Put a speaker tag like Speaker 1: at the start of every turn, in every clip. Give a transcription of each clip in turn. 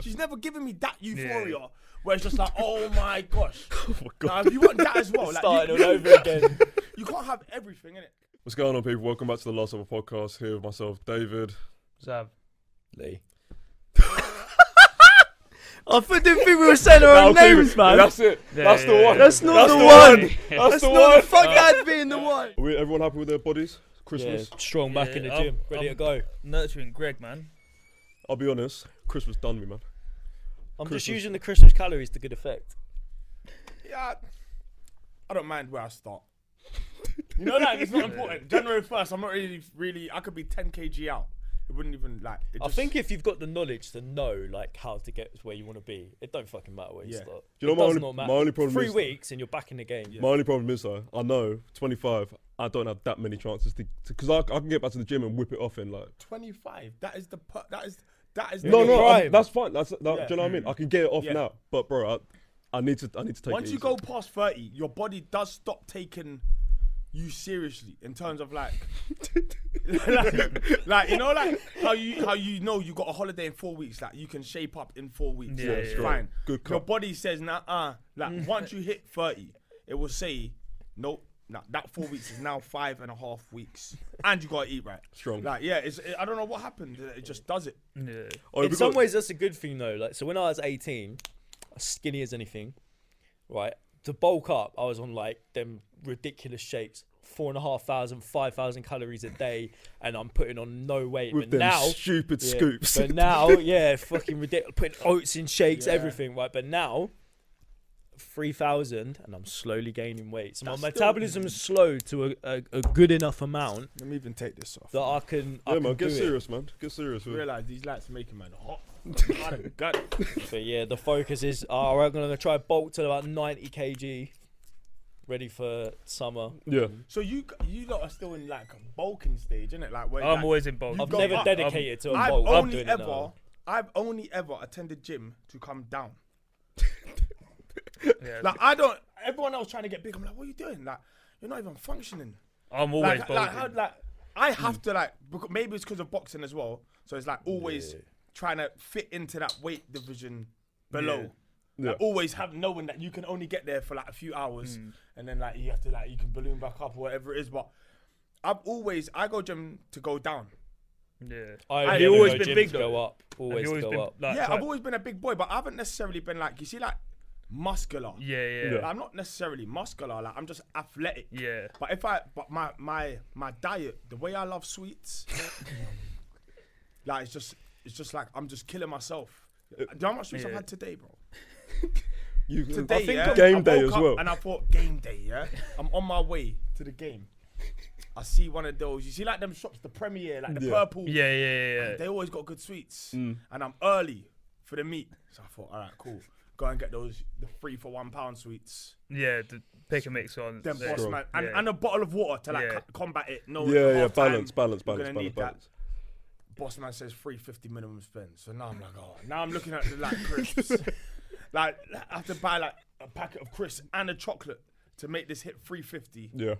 Speaker 1: She's never given me that euphoria
Speaker 2: Yeah.
Speaker 1: where it's just like, oh my gosh.
Speaker 3: Oh my
Speaker 1: Now,
Speaker 3: god.
Speaker 1: if you want that as well, like,
Speaker 4: Starting
Speaker 1: you,
Speaker 4: all over again.
Speaker 1: you can't have everything in it.
Speaker 3: What's going on, people? Welcome back to the Last Over Podcast. Here with myself, David.
Speaker 2: Zav.
Speaker 4: Lee.
Speaker 5: I thought didn't think we were saying our own
Speaker 3: Okay,
Speaker 5: names, man. That's,
Speaker 3: That's it.
Speaker 2: Yeah,
Speaker 3: that's the
Speaker 2: yeah,
Speaker 3: one.
Speaker 2: yeah.
Speaker 5: not
Speaker 3: That's
Speaker 5: the,
Speaker 3: the
Speaker 5: one.
Speaker 2: Yeah.
Speaker 3: one. That's
Speaker 5: That's
Speaker 3: the
Speaker 5: not
Speaker 3: one.
Speaker 5: the fuck I'd be in the one.
Speaker 3: Are we, everyone happy with their bodies?
Speaker 4: Yeah,
Speaker 3: Christmas.
Speaker 4: strong back in the
Speaker 2: Yeah,
Speaker 4: gym,
Speaker 2: I'm-
Speaker 4: ready
Speaker 2: I'm-
Speaker 4: to go.
Speaker 2: Nurturing Greg, man.
Speaker 3: I'll be honest. Christmas done me, man.
Speaker 4: I'm
Speaker 3: Christmas.
Speaker 4: just using the Christmas calories to good effect.
Speaker 1: Yeah. I don't mind where I start. You know that? It's not important. January 1st, I'm not really, really, I could be 10 kg out. It wouldn't even, like, it
Speaker 4: I
Speaker 1: just,
Speaker 4: think if you've got the knowledge to know like how to get to where you want to be, it don't fucking matter where you
Speaker 1: Yeah.
Speaker 4: start.
Speaker 3: Do you know
Speaker 4: it
Speaker 3: my
Speaker 4: does
Speaker 3: only-
Speaker 4: not
Speaker 3: my
Speaker 4: matter.
Speaker 3: only problem
Speaker 4: Three
Speaker 3: is-
Speaker 4: weeks and you're back in the game.
Speaker 3: My only problem is though, I know 25. I don't have that many chances to because I, I can get back to the gym and whip it off in like.
Speaker 1: 25. That is the, per- that is, that is the
Speaker 3: No, no, I'm-
Speaker 4: prime.
Speaker 3: that's fine. That's that,
Speaker 1: Yeah.
Speaker 3: do you know what I mean. I can get it off
Speaker 1: Yeah.
Speaker 3: now, but bro, I, I need to I need to take.
Speaker 1: Once
Speaker 3: it
Speaker 1: you
Speaker 3: easy.
Speaker 1: go past 30, your body does stop taking you seriously in terms of like, like, like, you know, like how you how you know you got a holiday in four weeks, like you can shape up in four weeks.
Speaker 2: Yeah,
Speaker 1: that's
Speaker 2: yeah, yeah.
Speaker 1: fine.
Speaker 3: Good
Speaker 1: Your
Speaker 3: call.
Speaker 1: body says, nah, uh, like once you hit 30, it will say, nope. Nah, that four weeks is now five and a half weeks, and you gotta eat right.
Speaker 3: Strong.
Speaker 1: Like, yeah, it's I don't know what happened. It just does it.
Speaker 2: Yeah.
Speaker 3: Oh,
Speaker 4: in
Speaker 3: we
Speaker 4: some
Speaker 3: got-
Speaker 4: ways that's a good thing though. Like so when I was 18, as skinny as anything, right? To bulk up, I was on like them ridiculous shapes. Four and a half thousand, five thousand calories a day, and I'm putting on no weight.
Speaker 3: with
Speaker 4: but
Speaker 3: them
Speaker 4: now,
Speaker 3: stupid
Speaker 4: Yeah,
Speaker 3: scoops.
Speaker 4: But now, yeah, fucking ridiculous. Putting oats in shakes,
Speaker 1: Yeah.
Speaker 4: everything, right? But now, 3,000 and I'm slowly gaining weight. So my
Speaker 1: That's still-
Speaker 4: metabolism's slow to a, a, a good enough amount
Speaker 1: Let me even take this off.
Speaker 4: that I can, I
Speaker 3: yeah,
Speaker 4: can
Speaker 3: man,
Speaker 4: do
Speaker 3: get serious, man. Get serious. man.
Speaker 1: Realize these lights are making man hot. Out of gut.
Speaker 4: it. But yeah, the focus is, all right, I'm going to try bulk to about 90 kg, ready for summer.
Speaker 3: Yeah.
Speaker 1: So you you lot are still in like a bulking stage, isn't it? Like where
Speaker 2: I'm
Speaker 1: like,
Speaker 2: always in bulk.
Speaker 1: You've
Speaker 4: I've
Speaker 1: got-
Speaker 4: never
Speaker 1: I-
Speaker 4: dedicated to a
Speaker 1: I've
Speaker 4: bulk. I'm
Speaker 1: only
Speaker 4: doing it
Speaker 1: ever
Speaker 4: now.
Speaker 1: I've only ever attended gym to come down.
Speaker 2: Yeah.
Speaker 1: Like I don't. Everyone else trying to get big. I'm like, what are you doing? Like you're not even functioning.
Speaker 2: I'm always
Speaker 1: Like,
Speaker 2: bulking.
Speaker 1: like how like I have to like becau- maybe it's because of boxing as well. So it's like always trying to fit into that weight division below.
Speaker 3: Yeah.
Speaker 1: Like, always have knowing that you can only get there for like a few hours, and then like you have to like you can balloon back up or whatever it is. But I've always I go gym to go down.
Speaker 2: yeah.
Speaker 4: I
Speaker 2: Have
Speaker 4: only
Speaker 2: you
Speaker 4: ever
Speaker 2: always
Speaker 4: go
Speaker 2: been
Speaker 4: gym
Speaker 2: big
Speaker 4: to
Speaker 2: though?
Speaker 4: go up.
Speaker 2: Have
Speaker 4: Always,
Speaker 2: you always
Speaker 4: go
Speaker 2: been
Speaker 4: up.
Speaker 2: like?
Speaker 1: yeah,
Speaker 2: type-
Speaker 1: I've always been a big boy, but I haven't necessarily been like you see like muscular.
Speaker 2: Yeah, yeah.
Speaker 3: Yeah.
Speaker 1: Like, I'm not necessarily muscular. Like I'm just athletic.
Speaker 2: Yeah.
Speaker 1: But if I, but my my my diet, the way I love sweets, like it's just it's just like I'm just killing myself. Do you know how much sweets I've
Speaker 2: Yeah.
Speaker 1: had today, bro?
Speaker 3: You,
Speaker 1: Today,
Speaker 3: I think
Speaker 1: yeah, I
Speaker 3: game day
Speaker 1: woke
Speaker 3: as
Speaker 1: up
Speaker 3: well.
Speaker 1: And I thought game day, yeah. I'm on my way to the game. I see one of those. You see, like them shops, the Premier, like the
Speaker 3: Yeah.
Speaker 1: purple.
Speaker 2: Yeah, yeah, yeah.
Speaker 1: They always got good sweets,
Speaker 3: Mm.
Speaker 1: and I'm early for the meat. So I thought, all right, cool. Go and get those the three for one pound sweets.
Speaker 2: Yeah, the pick a mix on.
Speaker 1: Then
Speaker 2: yeah.
Speaker 1: boss man, and,
Speaker 2: Yeah.
Speaker 1: and a bottle of water to like
Speaker 2: Yeah.
Speaker 1: co- combat it. No,
Speaker 3: yeah, yeah,
Speaker 1: half
Speaker 3: balance,
Speaker 1: time,
Speaker 3: balance,
Speaker 1: you're
Speaker 3: balance,
Speaker 1: gonna
Speaker 3: balance,
Speaker 1: need
Speaker 3: balance.
Speaker 1: That. Boss man says three fifty minimum spend. So now I'm like, oh, now I'm looking at the like crisps. like I have to buy like a packet of crisps and a chocolate to make this hit three fifty.
Speaker 3: Yeah.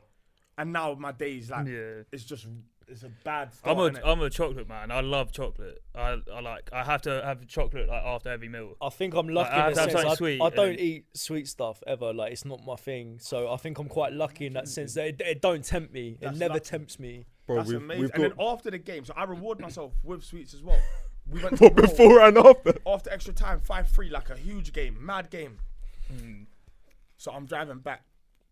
Speaker 1: And now my day's like,
Speaker 2: Yeah.
Speaker 1: it's just it's a bad. Start,
Speaker 2: I'm a
Speaker 1: innit?
Speaker 2: I'm a chocolate man. I love chocolate. I, I like I have to have chocolate like after every meal.
Speaker 1: Oh.
Speaker 4: I think I'm lucky
Speaker 2: I have
Speaker 4: in
Speaker 2: to
Speaker 4: the
Speaker 2: have
Speaker 4: sense
Speaker 2: something
Speaker 4: I,
Speaker 2: sweet
Speaker 4: I
Speaker 2: and
Speaker 4: don't
Speaker 2: then-
Speaker 4: eat sweet stuff ever. Like it's not my thing. So I think I'm quite lucky in that sense that it, it don't tempt me.
Speaker 1: Mm. That's
Speaker 4: it never
Speaker 1: lucky.
Speaker 4: tempts me.
Speaker 3: Bro,
Speaker 1: That's
Speaker 3: we've,
Speaker 1: amazing.
Speaker 3: we've
Speaker 1: and
Speaker 3: got.
Speaker 1: then after the game, so I reward myself with sweets as well. We went to
Speaker 3: But
Speaker 1: Raw
Speaker 3: before and after.
Speaker 1: after extra time, five three, like a huge game, mad game.
Speaker 2: Mm.
Speaker 1: So I'm driving back,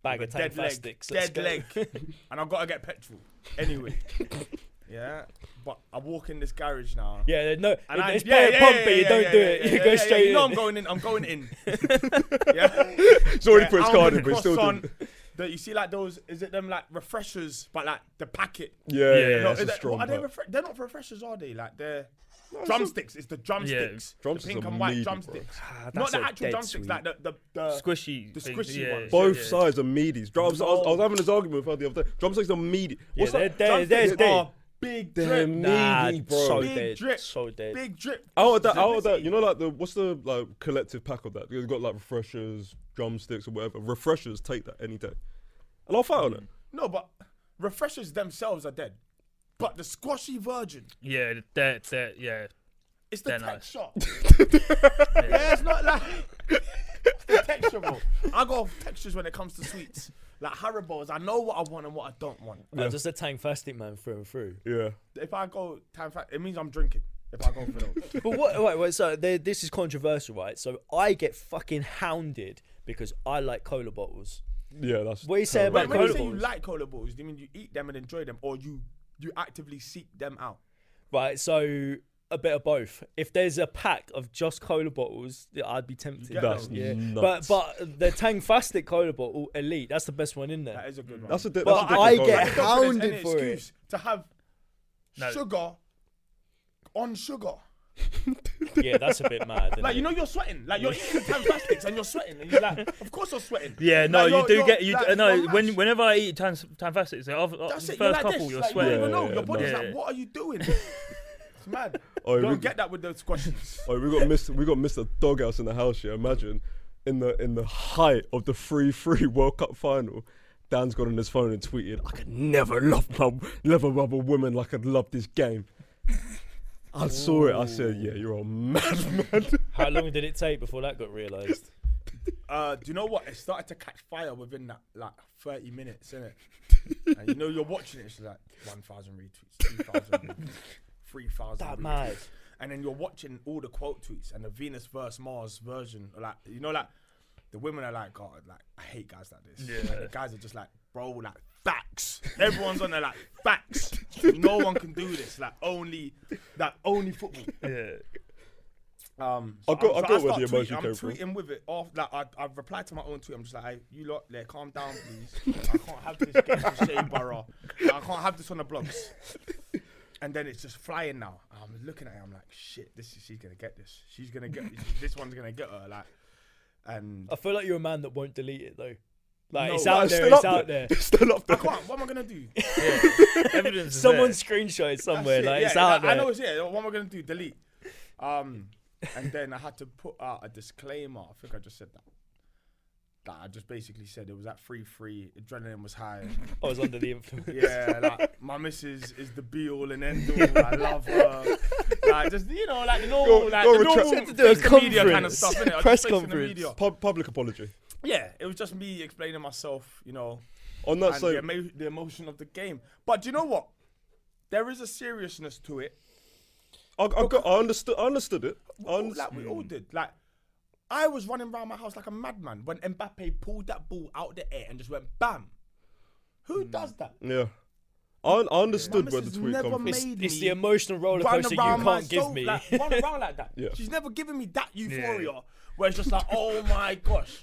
Speaker 4: Bag of
Speaker 1: dead leg,
Speaker 4: Fantastics.
Speaker 1: dead leg, and I've got to get petrol anyway. yeah, but I walk in this garage now.
Speaker 4: Yeah, no, it,
Speaker 1: And I,
Speaker 4: it's
Speaker 1: yeah,
Speaker 4: player
Speaker 1: yeah,
Speaker 4: pump,
Speaker 1: yeah,
Speaker 4: but you
Speaker 1: yeah,
Speaker 4: don't
Speaker 1: yeah,
Speaker 4: do
Speaker 1: yeah,
Speaker 4: it.
Speaker 1: yeah,
Speaker 4: you
Speaker 1: yeah,
Speaker 4: go
Speaker 1: yeah,
Speaker 4: straight
Speaker 1: You know
Speaker 4: in.
Speaker 1: I'm going in. I'm going in. yeah.
Speaker 3: He's already
Speaker 1: Yeah,
Speaker 3: put his
Speaker 1: Almond
Speaker 3: card in, but he still
Speaker 1: croissant,
Speaker 3: didn't.
Speaker 1: that you see like those is it them like refreshers but like the packet
Speaker 3: Yeah, yeah,
Speaker 2: Yeah,
Speaker 3: yeah.
Speaker 2: no,
Speaker 3: That's
Speaker 1: is
Speaker 3: a
Speaker 1: that-
Speaker 3: strong
Speaker 1: are they
Speaker 3: part.
Speaker 1: refre- they're not refreshers are they like they're drumsticks it's the drumsticks the
Speaker 3: Drumsticks
Speaker 1: pink
Speaker 3: are
Speaker 1: and white
Speaker 3: meaty, bro.
Speaker 1: drumsticks
Speaker 4: Ah,
Speaker 1: not
Speaker 4: that's
Speaker 1: the
Speaker 4: a
Speaker 1: actual
Speaker 4: dead
Speaker 1: drumsticks like
Speaker 4: sweet.
Speaker 1: the, the, the
Speaker 2: Squishy,
Speaker 1: the
Speaker 2: things,
Speaker 1: squishy
Speaker 2: yeah,
Speaker 1: ones.
Speaker 3: Both
Speaker 2: yeah.
Speaker 3: sides are meaties. Drums. I, was, I was having this argument with her the other day. Drumsticks are meaty. What's
Speaker 4: they're
Speaker 3: that?
Speaker 4: dead.
Speaker 1: drumsticks
Speaker 4: there's dead.
Speaker 1: are big
Speaker 3: They're
Speaker 1: drip
Speaker 4: Nah,
Speaker 3: meaty, bro.
Speaker 4: so
Speaker 1: big
Speaker 4: dead.
Speaker 1: drip
Speaker 4: So dead.
Speaker 1: big drip
Speaker 3: Out of that,
Speaker 1: Drip.
Speaker 3: out of that, you know, like the what's the like collective pack of that? You've got like refreshers, drumsticks, or whatever. Refreshers take that any day, and I'll fight on it.
Speaker 1: no but refreshers themselves are dead but the squashy virgin
Speaker 2: Yeah, that that yeah.
Speaker 1: It's the
Speaker 2: They're
Speaker 1: tech
Speaker 2: nice.
Speaker 1: shop. yeah, it's not like it's the texture bro. I go off textures when it comes to sweets. Like Haribo's, I know what I want and what I don't want.
Speaker 4: I'm just a Tang Fastic man through and through.
Speaker 3: Yeah.
Speaker 1: If I go time fact, it means I'm drinking. If I go for those,
Speaker 4: But what? Wait, wait. So there, this is controversial, right? So I get fucking hounded because I like cola bottles.
Speaker 3: Yeah, that's.
Speaker 4: What you say
Speaker 3: terrible.
Speaker 1: but
Speaker 4: about
Speaker 1: when you
Speaker 4: cola
Speaker 1: say you
Speaker 4: bottles?
Speaker 1: like cola bottles, do you mean you eat them and enjoy them, or you you actively seek them out?
Speaker 4: Right. So a bit of both. If there's a pack of just cola bottles, yeah, I'd be tempted.
Speaker 1: get
Speaker 3: That's
Speaker 1: them.
Speaker 4: yeah.
Speaker 3: nuts.
Speaker 4: But but the Tang Fastic cola bottle, elite. That's the best one in there.
Speaker 1: That is a good one.
Speaker 3: That's a. Di-
Speaker 4: But
Speaker 3: that's a
Speaker 4: I
Speaker 3: different
Speaker 4: get
Speaker 1: I
Speaker 3: argument.
Speaker 1: don't think there's
Speaker 4: hounded
Speaker 1: any
Speaker 4: for it.
Speaker 1: excuse to have
Speaker 2: No.
Speaker 1: sugar on sugar.
Speaker 4: yeah, that's a bit mad.
Speaker 1: Like you know you're sweating. Like you're eating time plastics and you're sweating. And you're like, of course you're sweating.
Speaker 2: Yeah, no,
Speaker 1: Like,
Speaker 2: you
Speaker 1: you're-
Speaker 2: do
Speaker 1: you're-
Speaker 2: get you.
Speaker 1: like,
Speaker 2: no,
Speaker 1: you're
Speaker 2: when
Speaker 1: mashed.
Speaker 2: whenever I eat tan tan facets, oh, the other-
Speaker 1: That's
Speaker 2: first
Speaker 1: it. You're like
Speaker 2: couple,
Speaker 1: this.
Speaker 2: you're
Speaker 1: like, You
Speaker 2: sweating.
Speaker 1: don't even
Speaker 3: Yeah,
Speaker 1: know.
Speaker 3: yeah,
Speaker 1: Your body's
Speaker 2: yeah.
Speaker 1: like, what are you doing? it's mad. you
Speaker 3: Oh, we-
Speaker 1: don't get that with those questions.
Speaker 3: Oh, we got Mr. We got Mr. Doghouse in the house. Yeah, imagine in the in the height of the three three World Cup final. Dan's got on his phone and tweeted, "I could never love my never love a woman like I'd love this game." I saw it. I said, "Yeah, you're a madman."
Speaker 4: How long did it take before that got realised?
Speaker 1: Uh, do you know what? It started to catch fire within that like 30 minutes, innit? and you know you're watching it. It's like 1,000 retweets, 2,000, retweets, 3,000.
Speaker 4: That
Speaker 1: retweets.
Speaker 4: mad.
Speaker 1: and then you're watching all the quote tweets and the Venus versus Mars version. Like you know, like the women are like, God, like I hate guys like this.
Speaker 2: Yeah.
Speaker 1: Like, the guys are just like, bro, like facts. Everyone's on there like facts. no one can do this. Like only, like only football.
Speaker 2: Yeah.
Speaker 1: Um,
Speaker 3: I got-
Speaker 1: I'm-
Speaker 3: I got
Speaker 1: start
Speaker 3: where the
Speaker 1: tweeting-
Speaker 3: emoji
Speaker 1: I'm
Speaker 3: came from.
Speaker 1: tweeting with it. Off, like I, I've replied to my own tweet. I'm just like, hey, you lot, there, calm down, please. I can't have this game to Shea Burrow. I can't have this on the blogs. And then it's just flying now. I'm looking at it. I'm like, shit, this is, she's gonna get this. She's gonna get this one's gonna get her. Like, and
Speaker 4: I feel like you're a man that won't delete it though. Like
Speaker 1: No,
Speaker 4: it's
Speaker 1: but
Speaker 4: out
Speaker 3: it's
Speaker 4: there.
Speaker 3: still
Speaker 4: It's
Speaker 3: up
Speaker 4: out there.
Speaker 3: It's Still up
Speaker 1: I
Speaker 3: there.
Speaker 1: can't. What am I gonna do? That's
Speaker 2: Evidence is
Speaker 4: Someone
Speaker 2: there.
Speaker 4: screenshot it somewhere.
Speaker 1: it,
Speaker 4: Like
Speaker 1: yeah,
Speaker 4: it's out
Speaker 1: I-
Speaker 4: there.
Speaker 1: I know it's yeah. What am I gonna do? Delete. Um, and then I had to put out a disclaimer. I think I just said that. That I just basically said it was at free free. Adrenaline was high.
Speaker 4: I was under the influence.
Speaker 1: Yeah, like my missus is the be all and end all. I love her. Like just you know, like the normal, like
Speaker 3: go
Speaker 1: the
Speaker 3: retract-
Speaker 1: normal
Speaker 4: to do a
Speaker 1: face the media kind of
Speaker 4: conference.
Speaker 1: stuff, innit? I just
Speaker 4: Press
Speaker 1: face in the
Speaker 4: conference.
Speaker 1: media.
Speaker 3: Pub- public apology.
Speaker 1: Yeah, it was just me explaining myself, you know,
Speaker 3: On
Speaker 4: Oh,
Speaker 3: that
Speaker 1: and
Speaker 3: same,
Speaker 1: the, emo- the emotion of the game. But do you know what? There is a seriousness to it.
Speaker 3: I, I, got, I understood. I understood it. I
Speaker 1: All,
Speaker 3: understood.
Speaker 1: like we all did. Like I was running around my house like a madman when Mbappe pulled that ball out the air and just went bam. Who
Speaker 4: Hmm.
Speaker 1: does that?
Speaker 3: Yeah, I, I understood
Speaker 1: My
Speaker 3: where the
Speaker 1: missus
Speaker 3: tweet
Speaker 1: never
Speaker 3: come from.
Speaker 1: made
Speaker 4: It's,
Speaker 1: Made
Speaker 4: it's
Speaker 1: me
Speaker 4: the emotional roller
Speaker 1: run
Speaker 4: coaster you
Speaker 1: around my
Speaker 4: can't give
Speaker 1: soul,
Speaker 4: me.
Speaker 1: Like, run around like that.
Speaker 3: Yeah.
Speaker 1: She's never given me that
Speaker 2: Yeah.
Speaker 1: euphoria where it's just like, oh my gosh.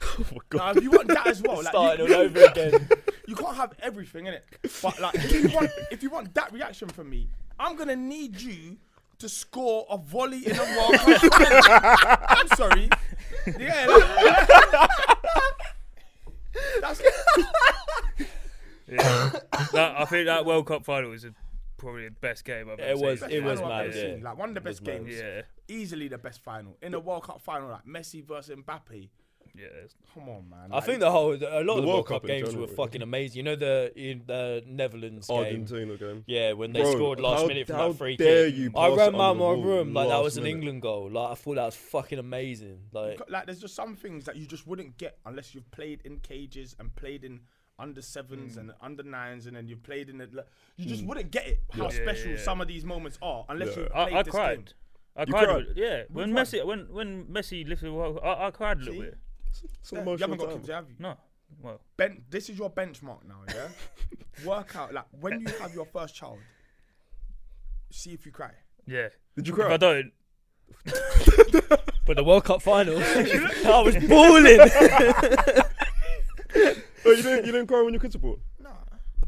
Speaker 1: Now, if you want that as well, like,
Speaker 4: Starting
Speaker 1: you,
Speaker 4: all over again.
Speaker 1: you can't have everything in it. But like, if you want, if you want that reaction from me, I'm gonna need you to score a volley in a World Cup. penalty. I'm sorry. Yeah. like- that's
Speaker 2: Yeah. that, I think that World Cup final was a, probably the best game I've ever
Speaker 4: It was.
Speaker 2: seen.
Speaker 4: It was
Speaker 1: final I've
Speaker 4: mad.
Speaker 1: ever seen.
Speaker 4: Yeah.
Speaker 1: Like one of the best
Speaker 4: mad.
Speaker 1: games.
Speaker 2: Yeah,
Speaker 1: Easily the best final in a World Cup final, like Messi versus Mbappe.
Speaker 2: yeah. it's-
Speaker 1: Come on, man.
Speaker 4: I think the whole a lot of the World Cup,
Speaker 3: in
Speaker 4: games
Speaker 3: general,
Speaker 4: were
Speaker 3: really.
Speaker 4: fucking amazing. You know the in the Netherlands game.
Speaker 3: Argentina game.
Speaker 4: Yeah, when they
Speaker 3: Bro,
Speaker 4: scored last
Speaker 3: how-
Speaker 4: minute from
Speaker 3: how
Speaker 4: that free
Speaker 3: dare
Speaker 4: kick.
Speaker 3: you
Speaker 4: I
Speaker 3: pass it
Speaker 4: ran
Speaker 3: under
Speaker 4: my
Speaker 3: the
Speaker 4: my
Speaker 3: ball
Speaker 4: room like that
Speaker 3: last
Speaker 4: was an
Speaker 3: minute.
Speaker 4: England goal. Like I thought that was fucking amazing. Like
Speaker 1: like there's just some things that you just wouldn't get unless you've played in cages and played in under sevens
Speaker 3: Mm.
Speaker 1: and under nines and then you've played in it. like, You just wouldn't get it how
Speaker 2: Yeah,
Speaker 1: special
Speaker 2: yeah.
Speaker 1: some of these moments are unless
Speaker 3: Yeah.
Speaker 1: you've played
Speaker 2: I, I
Speaker 1: this game.
Speaker 2: cried. I cried.
Speaker 3: cried?
Speaker 2: with- Yeah, when
Speaker 1: cried?
Speaker 2: Messi when when Messi lifted, the World Cup, I, I cried a little
Speaker 1: See?
Speaker 2: bit.
Speaker 3: It's an
Speaker 1: Yeah, you
Speaker 3: emotional
Speaker 1: haven't got
Speaker 3: time.
Speaker 1: kids, have you?
Speaker 2: No, well,
Speaker 1: Ben, this is your benchmark now. Yeah, work out like when you have your first child. See if you cry.
Speaker 2: yeah.
Speaker 3: Did you
Speaker 2: If I
Speaker 3: cry?
Speaker 2: don't,
Speaker 4: but the World Cup final, I was balling.
Speaker 3: Oh, you didn't, you didn't cry when your kids were born?
Speaker 1: Nah,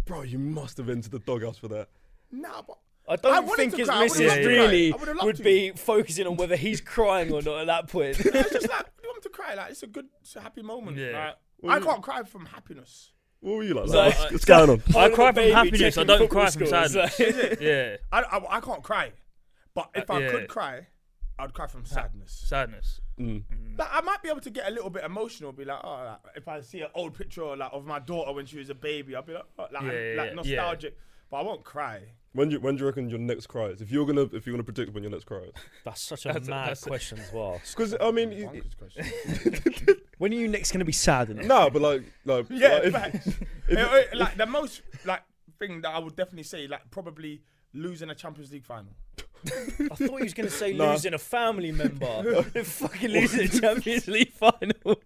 Speaker 3: Bro, you must have entered the doghouse for that.
Speaker 1: nah, but
Speaker 4: I don't
Speaker 1: wanted
Speaker 4: think
Speaker 1: to
Speaker 4: his
Speaker 1: cry. I would've
Speaker 4: missus
Speaker 2: loved to cry.
Speaker 4: really
Speaker 1: I would've loved
Speaker 4: would
Speaker 1: to.
Speaker 4: be focusing on whether he's crying or not at that point.
Speaker 1: it's just like you want to cry. Like it's a good, it's a happy moment.
Speaker 2: Yeah.
Speaker 1: like, I can't cry from happiness.
Speaker 3: What were you like?
Speaker 4: So-
Speaker 3: like what's, what's going on?
Speaker 2: I
Speaker 4: Holding
Speaker 2: cry
Speaker 4: a
Speaker 2: from
Speaker 4: baby,
Speaker 2: happiness. I
Speaker 4: checking
Speaker 2: don't
Speaker 4: football
Speaker 2: cry from
Speaker 4: scores,
Speaker 2: sadness.
Speaker 4: like-
Speaker 2: yeah,
Speaker 1: I, I, I can't cry, but if
Speaker 2: Uh,
Speaker 1: I
Speaker 2: yeah.
Speaker 1: could cry, I'd cry from sadness.
Speaker 2: sadness.
Speaker 1: Like, I might be able to get a little bit emotional, be like, oh, like, if I see an old picture like of my daughter when she was a baby, I'll be like, oh, like,
Speaker 2: Yeah, yeah,
Speaker 1: like
Speaker 2: yeah.
Speaker 1: nostalgic, but I won't cry.
Speaker 3: When do you when do you reckon your next cry is? If you're gonna if you're gonna predict when your next cry is,
Speaker 4: That's such a
Speaker 2: That's a-
Speaker 4: mad
Speaker 2: that's a-
Speaker 4: question as well.
Speaker 3: because I mean, it- it-
Speaker 1: Bonkers question.
Speaker 6: When are you next going to be sad? Enough?
Speaker 3: nah, but like like
Speaker 1: Yeah,
Speaker 3: like, if-
Speaker 1: facts.
Speaker 3: if-
Speaker 1: Eh, eh, like the most like thing that I would definitely say, like probably losing a Champions League final.
Speaker 4: I thought he was going to say
Speaker 3: Nah.
Speaker 4: losing a family member. fucking losing a Champions League final.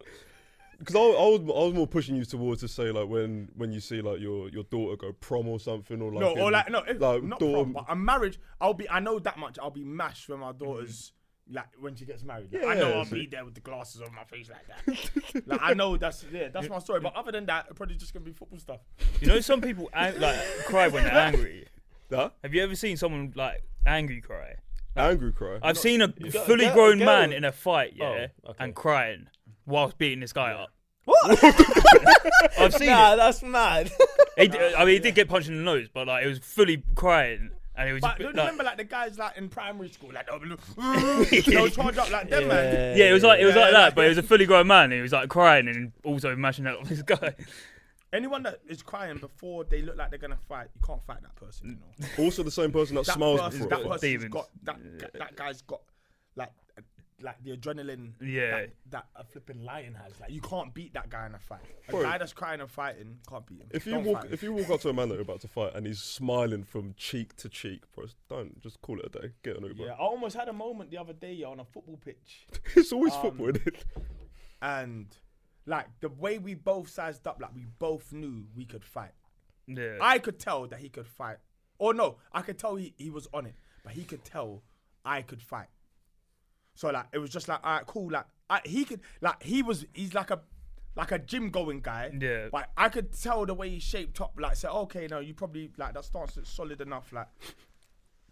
Speaker 3: Because I, I was I was more pushing you towards to say like when when you see like your your daughter go prom or something or like
Speaker 1: No, or
Speaker 3: in-
Speaker 1: like no, if,
Speaker 3: like,
Speaker 1: not
Speaker 3: daughter-
Speaker 1: prom, but a marriage. I'll be. I know that much. I'll be mashed when my daughter's like when she gets married. Like, I know
Speaker 3: Yeah,
Speaker 1: I'll
Speaker 3: so-
Speaker 1: be there with the glasses on my face like that. like I know that's yeah, that's my story. But other than that, it's probably just gonna be football stuff.
Speaker 2: You know, some people ang- like cry when they're angry.
Speaker 3: Huh?
Speaker 2: Have you ever seen someone like angry cry?
Speaker 3: angry cry.
Speaker 2: I've seen a
Speaker 4: got-
Speaker 2: fully
Speaker 4: go-
Speaker 2: grown
Speaker 4: go.
Speaker 2: man in a fight, yeah,
Speaker 4: Oh, okay.
Speaker 2: and crying whilst beating this guy up. What? I've seen
Speaker 4: Nah, that's mad.
Speaker 2: it. He d- I mean, he did get punched in the nose, but like it was fully crying, and it was.
Speaker 1: But
Speaker 2: a
Speaker 1: do you
Speaker 2: bit, like-
Speaker 1: remember like the guys like in primary school, like they'll charge up like them man.
Speaker 2: yeah, it was like it was
Speaker 1: Yeah,
Speaker 2: like
Speaker 1: yeah,
Speaker 2: that,
Speaker 1: yeah.
Speaker 2: but it was a fully grown man. And he was like crying and also mashing out this guy.
Speaker 1: Anyone that is crying before they look like they're gonna fight, you can't fight that person. You know?
Speaker 3: also, the same person that,
Speaker 1: That
Speaker 3: smiles
Speaker 1: person,
Speaker 3: before.
Speaker 1: that
Speaker 3: it.
Speaker 1: person's
Speaker 2: Demons.
Speaker 1: got that, gu- that guy's got like uh, like the adrenaline.
Speaker 2: Yeah.
Speaker 1: That, that a flipping lion has. Like you can't beat that guy in a fight. A
Speaker 3: Bro.
Speaker 1: guy that's crying and fighting can't beat him.
Speaker 3: If you
Speaker 1: Don't
Speaker 3: walk
Speaker 1: fight him.
Speaker 3: if you walk up to a man that you're about to fight and he's smiling from cheek to cheek, bro, just don't just call it a day. Get an Uber.
Speaker 1: yeah, I almost had a moment the other day yeah, on a football pitch,
Speaker 3: it's always
Speaker 1: Um,
Speaker 3: football. Isn't it?
Speaker 1: and like the way we both sized up, like we both knew we could fight.
Speaker 2: Yeah.
Speaker 1: I could tell that he could fight. Or no, I could tell he, he was on it, but he could tell I could fight. So like it was just like all right, cool. Like I, he could like he was he's like a like a gym going guy.
Speaker 2: Yeah.
Speaker 1: But I could tell the way he shaped up. Like said, okay, no, you probably like that stance is solid enough. Like.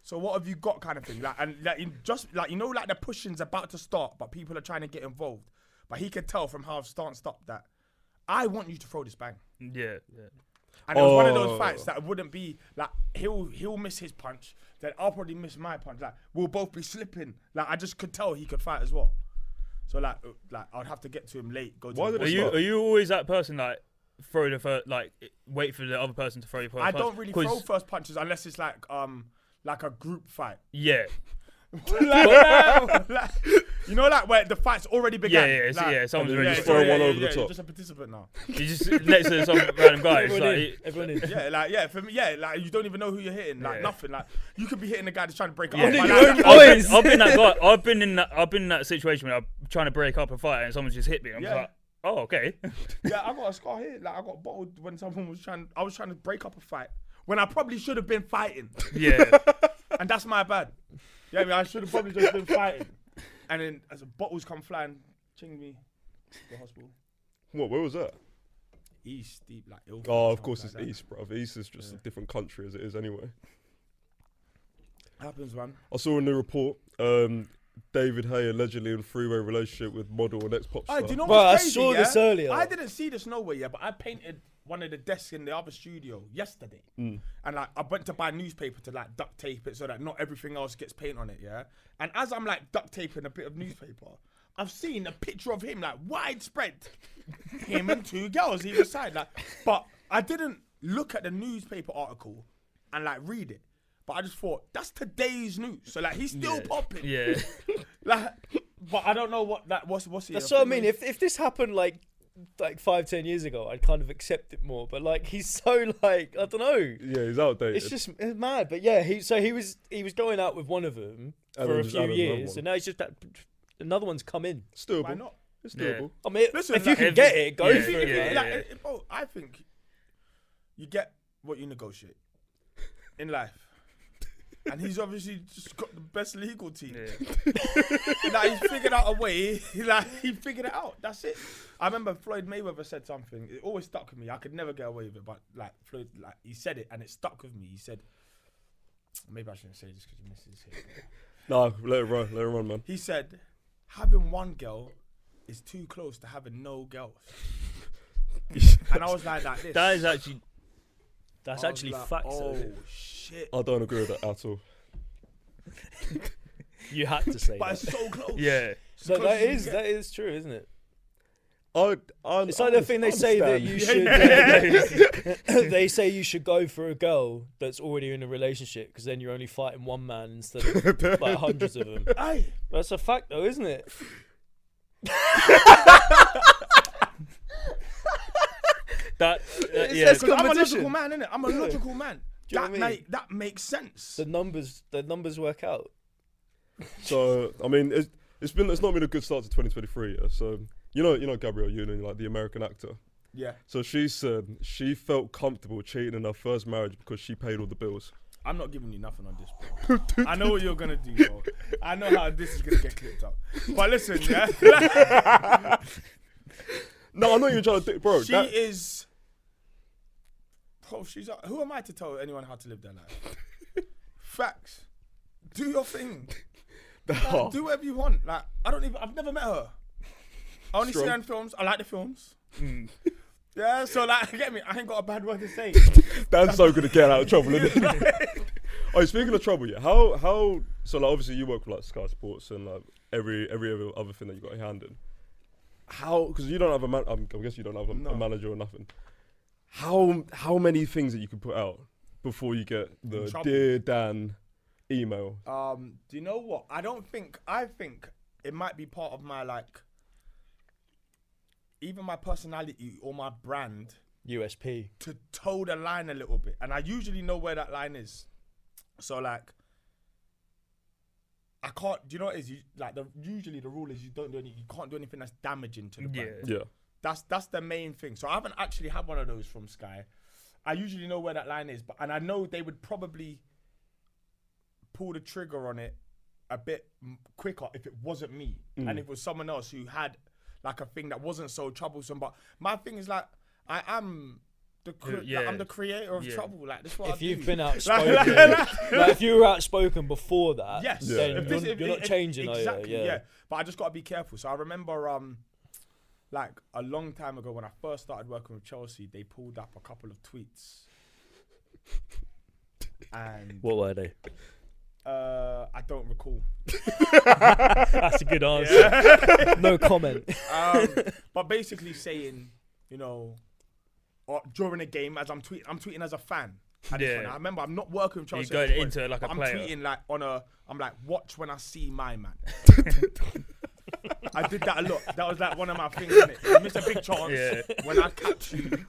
Speaker 1: So what have you got, kind of thing, like, and like, in just like you know, like the pushing's about to start, but people are trying to get involved. But he could tell from how I've stanced up that I want you to throw this bang.
Speaker 2: yeah, yeah.
Speaker 1: And it was one of those
Speaker 3: Oh.
Speaker 1: fights that wouldn't be like he'll he'll miss his punch, then I'll probably miss my punch. Like we'll both be slipping. Like I just could tell he could fight as well. So like uh, like I'd have to get to him late. Go to
Speaker 3: Why
Speaker 1: the
Speaker 3: did
Speaker 2: Are
Speaker 3: What's
Speaker 1: box.
Speaker 2: you
Speaker 3: that?
Speaker 2: are you always that person like throw the first like wait for the other person to throw your first?
Speaker 1: I
Speaker 2: punch?
Speaker 1: don't really
Speaker 2: 'Cause-
Speaker 1: throw first punches unless it's like um like a group fight.
Speaker 2: Yeah,
Speaker 1: like, you know, like where the fight's already
Speaker 2: yeah,
Speaker 1: began.
Speaker 2: yeah, yeah.
Speaker 1: like,
Speaker 2: yeah someone's
Speaker 3: then
Speaker 2: already
Speaker 3: you
Speaker 1: yeah,
Speaker 3: throw
Speaker 1: yeah,
Speaker 3: one
Speaker 1: yeah,
Speaker 3: over the
Speaker 1: yeah, you're
Speaker 3: top.
Speaker 1: just a participant now.
Speaker 2: You just next to some random guy. It's
Speaker 4: Everyone
Speaker 2: like,
Speaker 4: in. Everyone in.
Speaker 1: Yeah, like yeah, for me, yeah, like you don't even know who you're hitting, like
Speaker 2: Yeah.
Speaker 1: nothing. Like you could be hitting the guy that's trying to break it
Speaker 2: Yeah.
Speaker 1: up. Oh but
Speaker 2: Only your
Speaker 6: own
Speaker 1: like,
Speaker 3: Oh,
Speaker 1: that-
Speaker 6: boy.
Speaker 2: I've,
Speaker 6: Boys.
Speaker 2: been, I've been that guy. I've been in that. I've been in that situation where I'm trying to break up a fight and someone's just hit me. I'm
Speaker 1: Yeah.
Speaker 2: just like, oh okay.
Speaker 1: Yeah, I got a scar here. Like I got bottled when someone was trying. I was trying to break up a fight when I probably should have been fighting,
Speaker 2: yeah,
Speaker 1: and that's my bad. Yeah, I, mean, I should have probably just been fighting. And then as the bottles come flying, ching me to the hospital.
Speaker 3: What? Where was that?
Speaker 1: East, deep like ill.
Speaker 3: Oh, of course it's East, bro. East is just a different country as it is anyway.
Speaker 1: Happens, man.
Speaker 3: I saw in the report, um, David Hay allegedly in a three-way relationship with model and ex-pop star.
Speaker 1: do you know
Speaker 4: Bro, I
Speaker 1: what's crazy?
Speaker 4: saw
Speaker 1: yeah?
Speaker 4: this earlier.
Speaker 1: I didn't see this nowhere yet, but I painted one of the desks in the other studio yesterday,
Speaker 4: Mm.
Speaker 1: and like I went to buy newspaper to like duct tape it so that not everything else gets paint on it. Yeah, and as I'm like duct taping a bit of newspaper. I've seen a picture of him like widespread, him and two girls either side. Like, but I didn't look at the newspaper article and like read it. But I just thought that's today's news. So like he's still popping.
Speaker 2: yeah.
Speaker 1: Like, but I don't know what that what's what's the
Speaker 4: That's what I mean.
Speaker 1: affiliate-
Speaker 4: If if this happened like like five ten years ago, I'd kind of accept it more. But like he's so like I don't know.
Speaker 3: yeah, he's outdated.
Speaker 4: It's just it's mad. But yeah, he so he was he was going out with one of them
Speaker 3: And
Speaker 4: for
Speaker 3: then
Speaker 4: a
Speaker 3: just
Speaker 4: few
Speaker 3: added another
Speaker 4: years,
Speaker 3: one.
Speaker 4: and now he's just that, another one's come in.
Speaker 3: it's doable.
Speaker 1: Why not?
Speaker 3: It's
Speaker 2: Yeah.
Speaker 3: doable.
Speaker 4: I mean,
Speaker 1: Listen,
Speaker 4: if you
Speaker 1: like,
Speaker 4: can
Speaker 2: if-
Speaker 4: get it, go
Speaker 2: yeah,
Speaker 1: If
Speaker 4: for it.
Speaker 1: you
Speaker 4: man.
Speaker 1: get- like,
Speaker 2: yeah.
Speaker 1: if- if- oh, I think you get what you negotiate in life. And he's obviously just got the best legal team. Like he's figured out a way. Like he figured it out. That's it. I remember Floyd Mayweather said something. It always stuck with me. I could never get away with it. But like Floyd, like he said it, and it stuck with me. He said, "Maybe I shouldn't say this because misses here."
Speaker 3: Nah, let it run, let it run, man.
Speaker 1: He said, "Having one girl is too close to having no girls." and I was like, "Like this."
Speaker 2: That is actually
Speaker 4: That's
Speaker 1: I was
Speaker 4: actually
Speaker 1: like,
Speaker 4: facts.
Speaker 1: Oh
Speaker 4: though.
Speaker 1: shit!
Speaker 3: I don't agree with that at all.
Speaker 4: You had to say
Speaker 1: But
Speaker 4: that.
Speaker 1: it's so close.
Speaker 2: yeah.
Speaker 1: It's
Speaker 4: So
Speaker 1: close
Speaker 4: that
Speaker 1: as you
Speaker 4: is
Speaker 1: get.
Speaker 4: that is true, isn't it?
Speaker 3: I, I,
Speaker 4: It's like the thing they say that you should. uh, they say you should go for a girl that's already in a relationship because then you're only fighting one man instead of like hundreds of them.
Speaker 1: Aye.
Speaker 4: That's a fact, though, isn't it?
Speaker 2: That, that yeah.
Speaker 5: It's
Speaker 1: Because I'm a logical
Speaker 5: competition.
Speaker 1: man, innit? I'm a logical man.
Speaker 4: Do you
Speaker 1: That,
Speaker 4: know what I mean?
Speaker 1: make, that makes sense.
Speaker 4: The numbers, the numbers work out.
Speaker 3: So I mean, it's, it's been it's not been a good start to 2023. Yeah? So you know, you know Gabrielle Union, like the American actor.
Speaker 1: Yeah.
Speaker 3: So she said she felt comfortable cheating in her first marriage because she paid all the bills.
Speaker 1: I'm not giving you nothing on this. Bro. I know what you're gonna do, bro. I know how this is gonna get clipped up. But listen, yeah,
Speaker 3: No, I know you're trying to, think, bro.
Speaker 1: she
Speaker 3: that-
Speaker 1: is. Bro, she's. a- Who am I to tell anyone how to live their life? Facts. Do your thing. Like,
Speaker 3: Oh.
Speaker 1: do whatever you want. Like I don't even. I've never met her. I only seen her in films. I like the films. Yeah, so like, get me. I ain't got a bad word to say.
Speaker 3: Dan's so good at getting out of trouble. Isn't he? oh, speaking of trouble, yeah. How how so? Like, obviously, you work with like Sky Sports and like every every other- other thing that you got your hand in. How? Because you don't have a man. I'm, I guess you don't have a, a
Speaker 1: No.
Speaker 3: manager or nothing. How how many things that you can put out before you get the
Speaker 1: trouble.
Speaker 3: dear Dan email?
Speaker 1: Um, do you know what? I don't think. I think it might be part of my like, even my personality or my brand
Speaker 4: USP.
Speaker 1: to toe the line a little bit, and I usually know where that line is. So like, I can't. Do you know what it is? You, like the usually the rule is you don't do any. You can't do anything that's damaging to the brand.
Speaker 2: Yeah.
Speaker 3: Yeah,
Speaker 1: That's that's the main thing. So I haven't actually had one of those from Sky. I usually know where that line is, but and I know they would probably pull the trigger on it a bit m- quicker if it wasn't me
Speaker 2: Mm.
Speaker 1: and if it was someone else who had like a thing that wasn't so troublesome. But my thing is like I am the cre- like,
Speaker 2: yeah.
Speaker 1: I'm the creator of
Speaker 2: Yeah.
Speaker 1: trouble. Like that's what I
Speaker 4: If you've
Speaker 1: do.
Speaker 4: been
Speaker 1: Like-
Speaker 4: outspoken, like, if you were outspoken before that,
Speaker 1: Yes. If
Speaker 4: then you're,
Speaker 1: this- if-
Speaker 4: you're not
Speaker 1: if-
Speaker 4: changing. are you?
Speaker 1: Exactly.
Speaker 4: yeah.
Speaker 1: But I just got to be careful. So I remember, um, like a long time ago when I first started working with Chelsea, they pulled up a couple of tweets, and
Speaker 4: What were they?
Speaker 1: uh, I don't recall.
Speaker 2: That's a good answer.
Speaker 4: No comment.
Speaker 1: Um, but basically saying, you know, or during a game as I'm tweeting, I'm tweeting as a fan. at this
Speaker 2: Yeah.
Speaker 1: point. I remember I'm not working with
Speaker 2: You
Speaker 1: Chelsea. at
Speaker 2: go
Speaker 1: this point,
Speaker 2: into it like a
Speaker 1: but I'm
Speaker 2: player.
Speaker 1: tweeting like on a. I'm like, watch when I see my man. I did that a lot. That was like one of my things. Innit? You miss a big chance
Speaker 2: Yeah.
Speaker 1: when I catch you.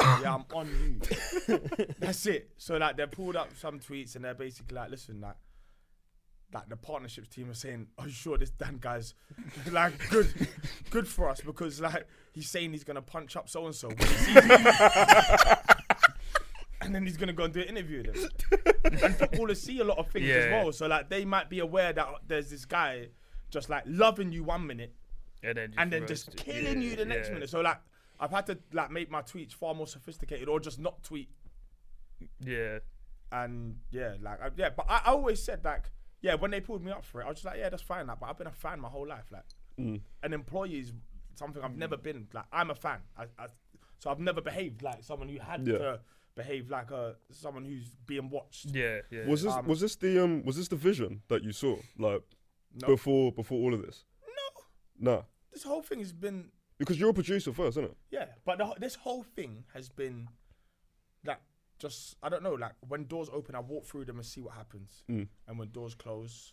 Speaker 1: Yeah, I'm on you. That's it. So like they pulled up some tweets and they're basically like, listen, like like the partnerships team are saying, "Are you sure this Dan guy's like good, good for us?" Because like he's saying he's gonna punch up so and so, and then he's gonna go and do an interview with him. and footballers see a lot of things as
Speaker 2: Yeah.
Speaker 1: well, so like they might be aware that there's this guy just like loving you one minute
Speaker 2: And then just,
Speaker 1: and then
Speaker 2: roast
Speaker 1: just
Speaker 2: it.
Speaker 1: killing
Speaker 2: Yeah,
Speaker 1: you the next
Speaker 2: yeah.
Speaker 1: minute. So like I've had to like make my tweets far more sophisticated, or just not tweet
Speaker 2: Yeah.
Speaker 1: and yeah, like I, yeah, but I, I always said like yeah, when they pulled me up for it, I was just like yeah, that's fine. Like, but I've been a fan my whole life. Like, an employee is something I've never been. Like, I'm a fan. I, I, so I've never behaved like someone who had
Speaker 3: Yeah.
Speaker 1: to behave like a someone who's being watched.
Speaker 2: Yeah. Yeah.
Speaker 3: was this
Speaker 1: Um,
Speaker 3: was this the um was this the vision that you saw like
Speaker 1: No.
Speaker 3: before before all of this?
Speaker 1: No,
Speaker 3: No,
Speaker 1: this whole thing has been
Speaker 3: because you're a producer first, isn't it?
Speaker 1: yeah, but the, whole- this whole thing has been like just I don't know. Like when doors open, I walk through them and see what happens,
Speaker 3: Mm.
Speaker 1: and when doors close,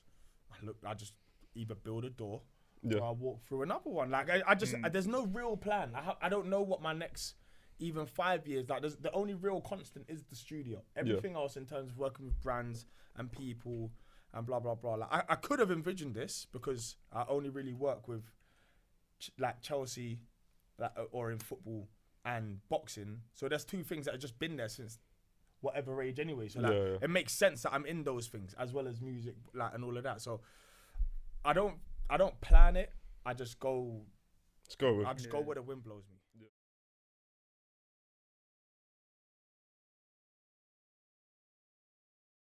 Speaker 1: I look. I just either build a door
Speaker 3: Yeah. Mm.
Speaker 1: or I walk through another one. Like I, I just there's no real plan. I ha- I don't know what my next even five years like there's, the only real constant is the studio. Everything else in terms of working with brands and people and blah blah blah. Like I, I could have envisioned this because I only really work with ch- like Chelsea like, uh, or in football and boxing. So there's two things that have just been there since whatever age anyway. So like,
Speaker 3: Yeah, yeah.
Speaker 1: it makes sense that I'm in those things as well as music like and all of that. So I don't I don't plan it. I just go
Speaker 3: Let's go with.
Speaker 1: Um, I just go where the wind blows me.